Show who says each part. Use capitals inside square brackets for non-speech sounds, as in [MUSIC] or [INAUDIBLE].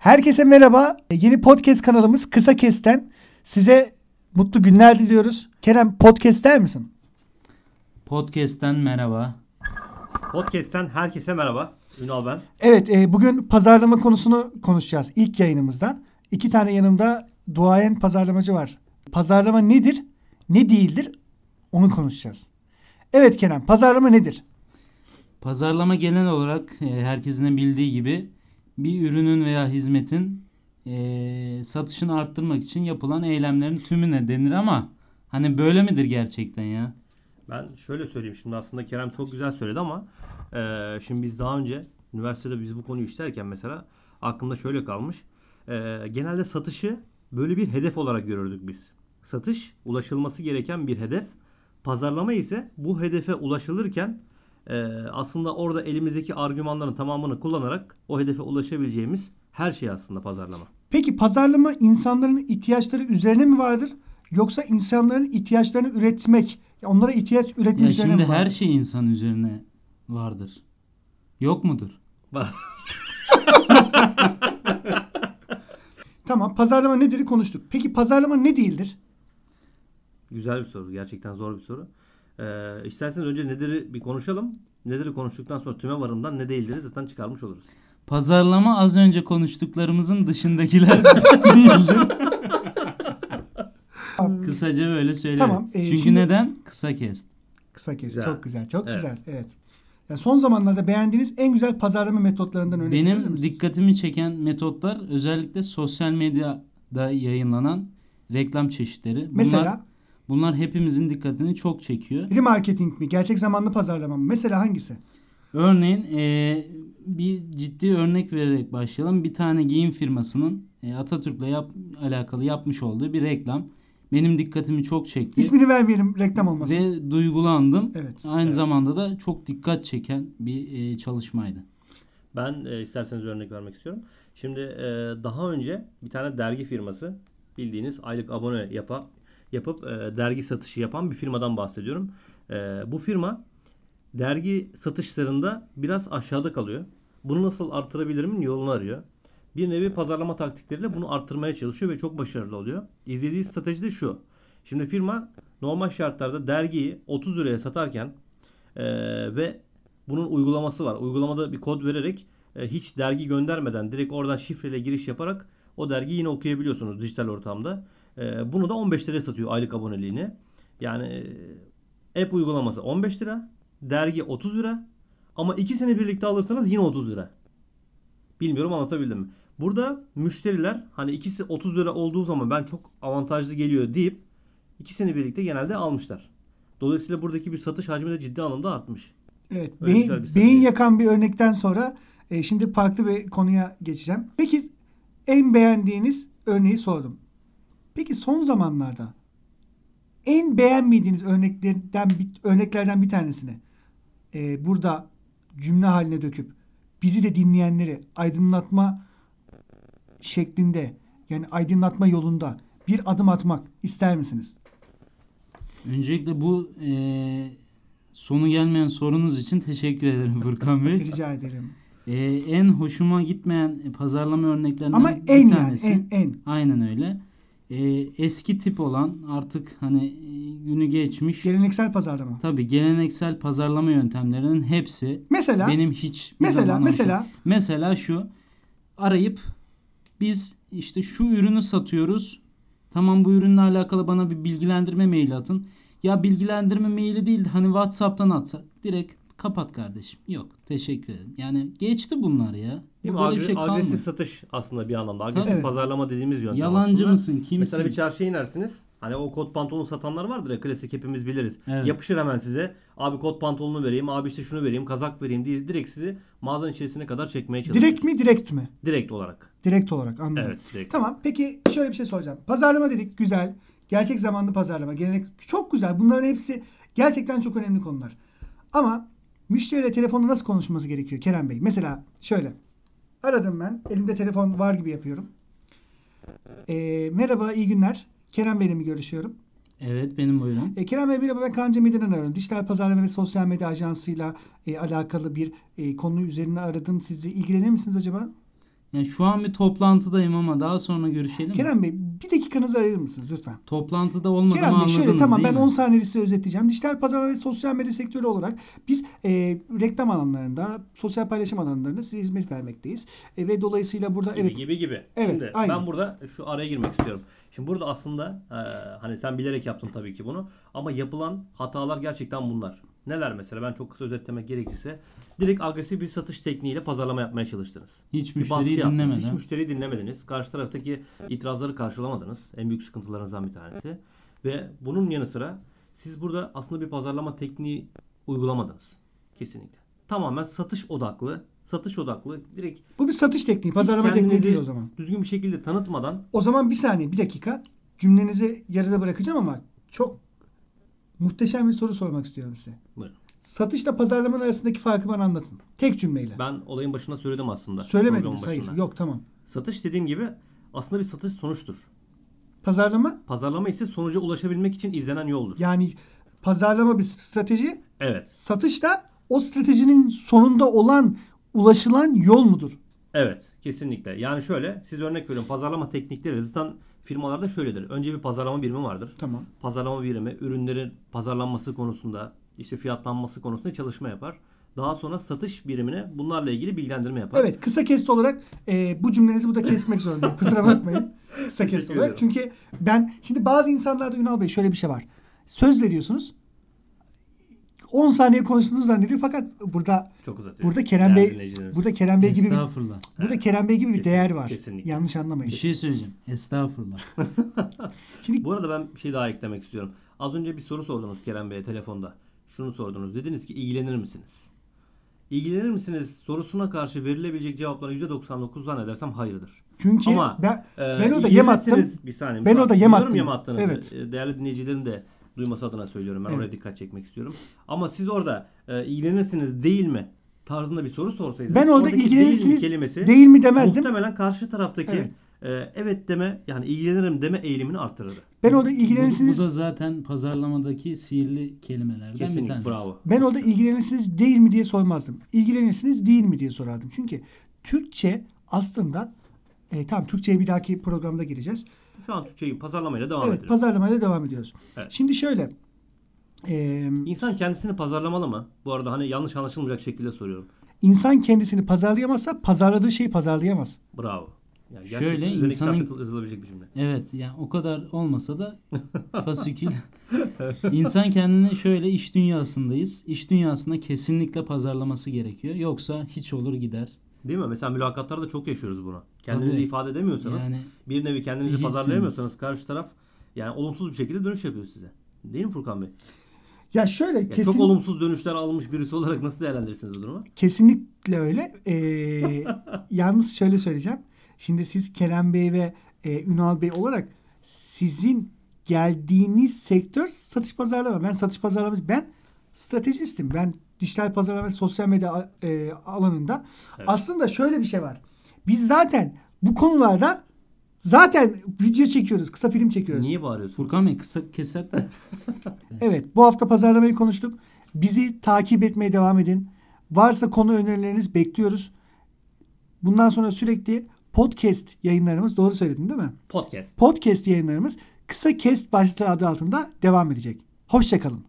Speaker 1: Herkese merhaba. Yeni podcast kanalımız Kısa Kesten. Size mutlu günler diliyoruz. Kerem podcast der misin?
Speaker 2: Podcast'ten merhaba.
Speaker 3: Podcast'ten herkese merhaba. Ünal ben.
Speaker 1: Evet e, bugün pazarlama konusunu konuşacağız ilk yayınımızda. İki tane yanımda duayen pazarlamacı var. Pazarlama nedir, ne değildir onu konuşacağız. Evet Kerem pazarlama nedir?
Speaker 2: Pazarlama genel olarak e, herkesin de bildiği gibi bir ürünün veya hizmetin e, satışını arttırmak için yapılan eylemlerin tümüne denir ama hani böyle midir gerçekten ya?
Speaker 3: Ben şöyle söyleyeyim şimdi aslında Kerem çok güzel söyledi ama e, şimdi biz daha önce üniversitede biz bu konuyu işlerken mesela aklımda şöyle kalmış. E, genelde satışı böyle bir hedef olarak görürdük biz. Satış ulaşılması gereken bir hedef. Pazarlama ise bu hedefe ulaşılırken e, aslında orada elimizdeki argümanların tamamını kullanarak o hedefe ulaşabileceğimiz her şey aslında pazarlama.
Speaker 1: Peki pazarlama insanların ihtiyaçları üzerine mi vardır? Yoksa insanların ihtiyaçlarını üretmek, ya onlara ihtiyaç üretme
Speaker 2: Ya
Speaker 1: üzerine
Speaker 2: şimdi
Speaker 1: mi vardır?
Speaker 2: her şey insan üzerine vardır. Yok mudur?
Speaker 3: Bak-
Speaker 1: Tamam pazarlama nedir konuştuk. Peki pazarlama ne değildir?
Speaker 3: Güzel bir soru. Gerçekten zor bir soru. Ee, isterseniz önce nedir'i bir konuşalım. Nedir'i konuştuktan sonra tüme varımdan ne değildir'i zaten çıkarmış oluruz.
Speaker 2: Pazarlama az önce konuştuklarımızın dışındakiler [LAUGHS] değildir. Kısaca böyle söyleyeyim.
Speaker 1: Tamam, e,
Speaker 2: Çünkü
Speaker 1: şimdi-
Speaker 2: neden? Kısa kes.
Speaker 1: Kısa kes.
Speaker 3: Güzel.
Speaker 1: Çok güzel. Çok
Speaker 3: Evet.
Speaker 1: güzel. Evet. Yani son zamanlarda beğendiğiniz en güzel pazarlama metotlarından örnek verir
Speaker 2: Benim
Speaker 1: misiniz?
Speaker 2: dikkatimi çeken metotlar özellikle sosyal medyada yayınlanan reklam çeşitleri. Bunlar,
Speaker 1: Mesela
Speaker 2: bunlar hepimizin dikkatini çok çekiyor.
Speaker 1: remarketing mi? Gerçek zamanlı pazarlama mı? Mesela hangisi?
Speaker 2: Örneğin eee, bir ciddi örnek vererek başlayalım. Bir tane giyim firmasının eee, Atatürk'le yap- alakalı yapmış olduğu bir reklam benim dikkatimi çok çekti
Speaker 1: İsmini vermeyelim reklam olmasın.
Speaker 2: ve duygulandım.
Speaker 1: Evet.
Speaker 2: Aynı
Speaker 3: Evet.
Speaker 2: zamanda da çok dikkat çeken bir eee, çalışmaydı.
Speaker 3: Ben e, isterseniz örnek vermek istiyorum. Şimdi e, daha önce bir tane dergi firması bildiğiniz aylık abone yapa, yapıp e, dergi satışı yapan bir firmadan bahsediyorum. E, bu firma dergi satışlarında biraz aşağıda kalıyor. Bunu nasıl artırabilirimin yolunu arıyor. Bir nevi pazarlama taktikleriyle bunu artırmaya çalışıyor ve çok başarılı oluyor. İzlediği strateji de şu. Şimdi firma normal şartlarda dergiyi 30 liraya satarken e, ve bunun uygulaması var. Uygulamada bir kod vererek e, hiç dergi göndermeden direkt oradan şifreyle giriş yaparak o dergiyi yine okuyabiliyorsunuz dijital ortamda. E, bunu da 15 liraya satıyor aylık aboneliğini. Yani e, app uygulaması 15 lira, dergi 30 lira ama ikisini birlikte alırsanız yine 30 lira. Bilmiyorum anlatabildim mi? Burada müşteriler hani ikisi 30 lira olduğu zaman ben çok avantajlı geliyor deyip ikisini birlikte genelde almışlar. Dolayısıyla buradaki bir satış hacmi de ciddi anlamda artmış.
Speaker 1: Evet.
Speaker 3: Öyle
Speaker 1: Beyin,
Speaker 3: güzel bir
Speaker 1: beyin
Speaker 3: seviye.
Speaker 1: yakan bir örnekten sonra e, şimdi farklı bir konuya geçeceğim. Peki en beğendiğiniz örneği sordum. Peki son zamanlarda en beğenmediğiniz örneklerden bir- örneklerden bir tanesini e, burada cümle haline döküp bizi de dinleyenleri aydınlatma şeklinde yani aydınlatma yolunda bir adım atmak ister misiniz?
Speaker 2: Öncelikle bu eee, sonu gelmeyen sorunuz için teşekkür ederim Furkan
Speaker 1: [LAUGHS]
Speaker 2: Bey.
Speaker 1: Rica ederim.
Speaker 2: Ee, en hoşuma gitmeyen e, pazarlama örneklerinden
Speaker 1: Ama
Speaker 2: bir
Speaker 1: en yani
Speaker 2: tanesi.
Speaker 1: en en.
Speaker 2: Aynen öyle. Ee, eski tip olan artık hani e, günü geçmiş.
Speaker 1: Geleneksel pazarlama.
Speaker 2: Tabii geleneksel pazarlama yöntemlerinin hepsi
Speaker 1: Mesela
Speaker 2: benim hiç bir
Speaker 1: Mesela
Speaker 2: zaman
Speaker 1: mesela
Speaker 2: hoşuma- mesela şu arayıp biz işte şu ürünü satıyoruz. Tamam bu ürünle alakalı bana bir bilgilendirme maili atın. Ya bilgilendirme maili değil hani WhatsApp'tan atsa direkt kapat kardeşim. Yok teşekkür ederim. Yani geçti bunlar ya.
Speaker 3: Değil
Speaker 2: Bu
Speaker 3: mi?
Speaker 2: böyle bir
Speaker 3: Agre-
Speaker 2: şey kalmadı.
Speaker 3: agresif satış aslında bir anlamda. Agresif
Speaker 1: Evet.
Speaker 3: pazarlama dediğimiz yöntem
Speaker 2: Yalancı
Speaker 3: aslında.
Speaker 2: mısın? Kimsin?
Speaker 3: Mesela bir çarşıya inersiniz. Hani o kot pantolon satanlar vardır ya klasik hepimiz biliriz.
Speaker 2: Evet.
Speaker 3: Yapışır hemen size. Abi kot pantolonu vereyim, abi işte şunu vereyim, kazak vereyim diye direkt sizi mağazanın içerisine kadar çekmeye çalışır.
Speaker 1: Direkt mi direkt mi?
Speaker 3: Direkt olarak.
Speaker 1: Direkt olarak anladım.
Speaker 3: Evet direkt.
Speaker 1: Tamam peki şöyle bir şey soracağım. Pazarlama dedik güzel. Gerçek zamanlı pazarlama. Gelenek çok güzel. Bunların hepsi gerçekten çok önemli konular. Ama müşteriyle telefonla nasıl konuşması gerekiyor Kerem Bey? Mesela şöyle. Aradım ben. Elimde telefon var gibi yapıyorum. Ee, merhaba iyi günler. Kerem Bey'le mi görüşüyorum?
Speaker 2: Evet benim buyurun.
Speaker 1: E, Kerem Bey merhaba ben Kaan Cemil'den arıyorum. Dijital pazarlama ve sosyal medya ajansıyla e, alakalı bir e, konu üzerine aradım sizi. İlgilenir misiniz acaba?
Speaker 2: Yani şu an bir toplantıdayım ama daha sonra görüşelim. mi?
Speaker 1: Kerem Bey bir dakikanızı ayırır mısınız lütfen?
Speaker 2: Toplantıda olmadığımı
Speaker 1: Kerem Bey
Speaker 2: anladınız
Speaker 1: şöyle tamam
Speaker 2: değil
Speaker 1: ben
Speaker 2: mi?
Speaker 1: 10 saniyede size özetleyeceğim. Dijital pazarlama ve sosyal medya sektörü olarak biz e, reklam alanlarında, sosyal paylaşım alanlarında size hizmet vermekteyiz. E, ve dolayısıyla burada
Speaker 3: Gibi
Speaker 1: evet
Speaker 3: gibi gibi.
Speaker 1: Evet,
Speaker 3: Şimdi
Speaker 1: aynen.
Speaker 3: ben burada şu araya girmek istiyorum. Şimdi burada aslında e, hani sen bilerek yaptın tabii ki bunu ama yapılan hatalar gerçekten bunlar. Neler mesela ben çok kısa özetlemek gerekirse direkt agresif bir satış tekniğiyle pazarlama yapmaya çalıştınız.
Speaker 2: Hiç
Speaker 3: Bir baskı
Speaker 2: müşteriyi
Speaker 3: yaptınız,
Speaker 2: dinlemeden.
Speaker 1: şey-
Speaker 3: Hiç müşteriyi dinlemediniz. Karşı taraftaki itirazları karşılamadınız. En büyük sıkıntılarınızdan bir tanesi. Ve bunun yanı sıra siz burada aslında bir pazarlama tekniği uygulamadınız. Kesinlikle. Tamamen satış odaklı, satış odaklı direkt
Speaker 1: bu bir satış tekniği,
Speaker 3: hiç
Speaker 1: pazarlama tekniği
Speaker 3: kendinizi
Speaker 1: değil o zaman.
Speaker 3: Düzgün bir şekilde tanıtmadan
Speaker 1: O zaman bir saniye, bir dakika. Cümlenizi yarıda bırakacağım ama çok muhteşem bir soru sormak istiyorum size.
Speaker 3: Buyurun.
Speaker 1: Satışla pazarlamanın arasındaki farkı bana anlatın. Tek cümleyle.
Speaker 3: ben olayın başına söyledim aslında. programın
Speaker 1: Söylemediniz hayır.
Speaker 3: başında.
Speaker 1: Yok tamam.
Speaker 3: Satış dediğim gibi aslında bir satış sonuçtur.
Speaker 1: Pazarlama
Speaker 3: Pazarlama ise sonuca ulaşabilmek için izlenen yoldur.
Speaker 1: yani pazarlama bir strateji,
Speaker 3: Evet.
Speaker 1: satış da o stratejinin sonunda olan ulaşılan yol mudur?
Speaker 3: Evet. Kesinlikle. Yani şöyle siz örnek veriyorum pazarlama teknikleri zaten firmalarda şöyledir. Önce bir pazarlama birimi vardır.
Speaker 1: Tamam.
Speaker 3: pazarlama birimi ürünlerin pazarlanması konusunda, işte fiyatlanması konusunda çalışma yapar. Daha sonra satış birimine bunlarla ilgili bilgilendirme yapar.
Speaker 1: Evet kısa kesti olarak e, bu cümlenizi burada kesmek
Speaker 3: [LAUGHS]
Speaker 1: zorundayım. Kusura bakmayın. Kısa kesti
Speaker 3: Teşekkür
Speaker 1: olarak.
Speaker 3: ederim.
Speaker 1: Çünkü ben şimdi bazı insanlarda Ünal Bey şöyle bir şey var. Söz veriyorsunuz. 10 saniye konuştuğunuzu zannediyor fakat burada
Speaker 3: Çok uzatıyor.
Speaker 1: burada Kerem
Speaker 3: Değerli
Speaker 1: Bey
Speaker 3: dinleyicilerimiz.
Speaker 1: burada Kerem Bey gibi bir,
Speaker 2: Estağfurullah.
Speaker 1: burada Kerem Bey gibi bir
Speaker 3: Kesin-
Speaker 1: değer var.
Speaker 3: kesinlikle.
Speaker 1: Yanlış anlamayın.
Speaker 2: Bir şey söyleyeceğim. Estağfurullah.
Speaker 1: Şimdi
Speaker 3: Bu arada ben bir şey daha eklemek istiyorum. Az önce bir soru sordunuz Kerem Bey'e telefonda. Şunu sordunuz. Dediniz ki ilgilenir misiniz? İlgilenir misiniz sorusuna karşı verilebilecek cevapların %99 zannedersem hayırdır.
Speaker 1: çünkü
Speaker 3: Ama,
Speaker 1: ben
Speaker 3: Ee,
Speaker 1: Ben o da yem attım.
Speaker 3: ilgilenirsiniz- Bir saniye.
Speaker 1: Ben o da yem
Speaker 3: Biliyorum
Speaker 1: attım.
Speaker 3: yem attığınızı.
Speaker 1: Evet.
Speaker 3: Ee, Değerli dinleyicilerin de duyması adına söylüyorum. Ben
Speaker 1: Evet.
Speaker 3: oraya dikkat çekmek istiyorum. Ama siz orada e, ilgilenirsiniz değil mi tarzında bir soru sorsaydınız.
Speaker 1: ben orada
Speaker 3: oradaki değil mi
Speaker 1: ilgilenirsiniz değil mi,
Speaker 3: kelimesi
Speaker 1: demezdim.
Speaker 3: muhtemelen karşı taraftaki
Speaker 1: Evet.
Speaker 3: evet. evet deme yani ilgilenirim deme eğilimini artırırdı.
Speaker 1: Ben orada
Speaker 2: Bu,
Speaker 1: ilgilenirsiniz
Speaker 2: bu da zaten pazarlamadaki sihirli kelimelerden bir
Speaker 3: Kesinlikle
Speaker 2: tanesi.
Speaker 3: bravo.
Speaker 1: Ben orada ilgilenirsiniz değil mi diye sormazdım. İlgilenirsiniz değil mi diye sorardım. Çünkü Türkçe aslında e, tamam Türkçe'ye bir dahaki programda gireceğiz.
Speaker 3: Şu an Türkçeyi pazarlamayla devam
Speaker 1: evet
Speaker 3: edelim.
Speaker 1: pazarlamaya devam ediyoruz.
Speaker 3: Evet.
Speaker 1: Şimdi şöyle e,
Speaker 3: İnsan kendisini pazarlamalı mı? Bu arada hani yanlış anlaşılmayacak şekilde soruyorum.
Speaker 1: insan kendisini pazarlayamazsa pazarladığı şeyi pazarlayamaz.
Speaker 3: Bravo. Yani
Speaker 2: Şöyle,
Speaker 3: gerçekten üzerine kitap
Speaker 2: insanın-
Speaker 3: yazılabilecek bir cümle.
Speaker 2: Evet yani o kadar olmasa da
Speaker 3: [LAUGHS]
Speaker 2: fasikül. İnsan kendini şöyle iş dünyasındayız. İş dünyasında kesinlikle pazarlaması gerekiyor. Yoksa hiç olur gider.
Speaker 3: Değil mi? Mesela mülakatlarda çok yaşıyoruz bunu. Kendinizi
Speaker 2: Tabii.
Speaker 3: ifade edemiyorsanız
Speaker 2: Yani
Speaker 3: bir nevi kendinizi
Speaker 2: Hiçsiniz.
Speaker 3: pazarlayamıyorsanız karşı taraf yani olumsuz bir şekilde dönüş yapıyor size. Değil mi Furkan Bey?
Speaker 1: Ya şöyle
Speaker 3: Ya
Speaker 1: kesin,
Speaker 3: Çok olumsuz dönüşler almış birisi olarak nasıl değerlendirirsiniz bu durumu?
Speaker 1: kesinlikle öyle. E, yalnız şöyle söyleyeceğim. Şimdi siz Kerem Bey ve e, Ünal Bey olarak sizin geldiğiniz sektör satış pazarlama. Ben satış pazarlama ben stratejistim. Ben dijital pazarlama ve sosyal medya e, alanında
Speaker 3: Evet.
Speaker 1: aslında şöyle bir şey var. Biz zaten bu konularda zaten video çekiyoruz, kısa film çekiyoruz.
Speaker 3: Niye bağırıyorsun?
Speaker 2: Furkan Bey kısa keset.
Speaker 1: Evet, bu hafta pazarlamayı konuştuk. Bizi takip etmeye devam edin. Varsa konu önerileriniz bekliyoruz. Bundan sonra sürekli podcast yayınlarımız, doğru söyledim değil mi?
Speaker 3: Podcast.
Speaker 1: Podcast yayınlarımız kısa kest başlığı adı altında devam edecek. Hoşçakalın.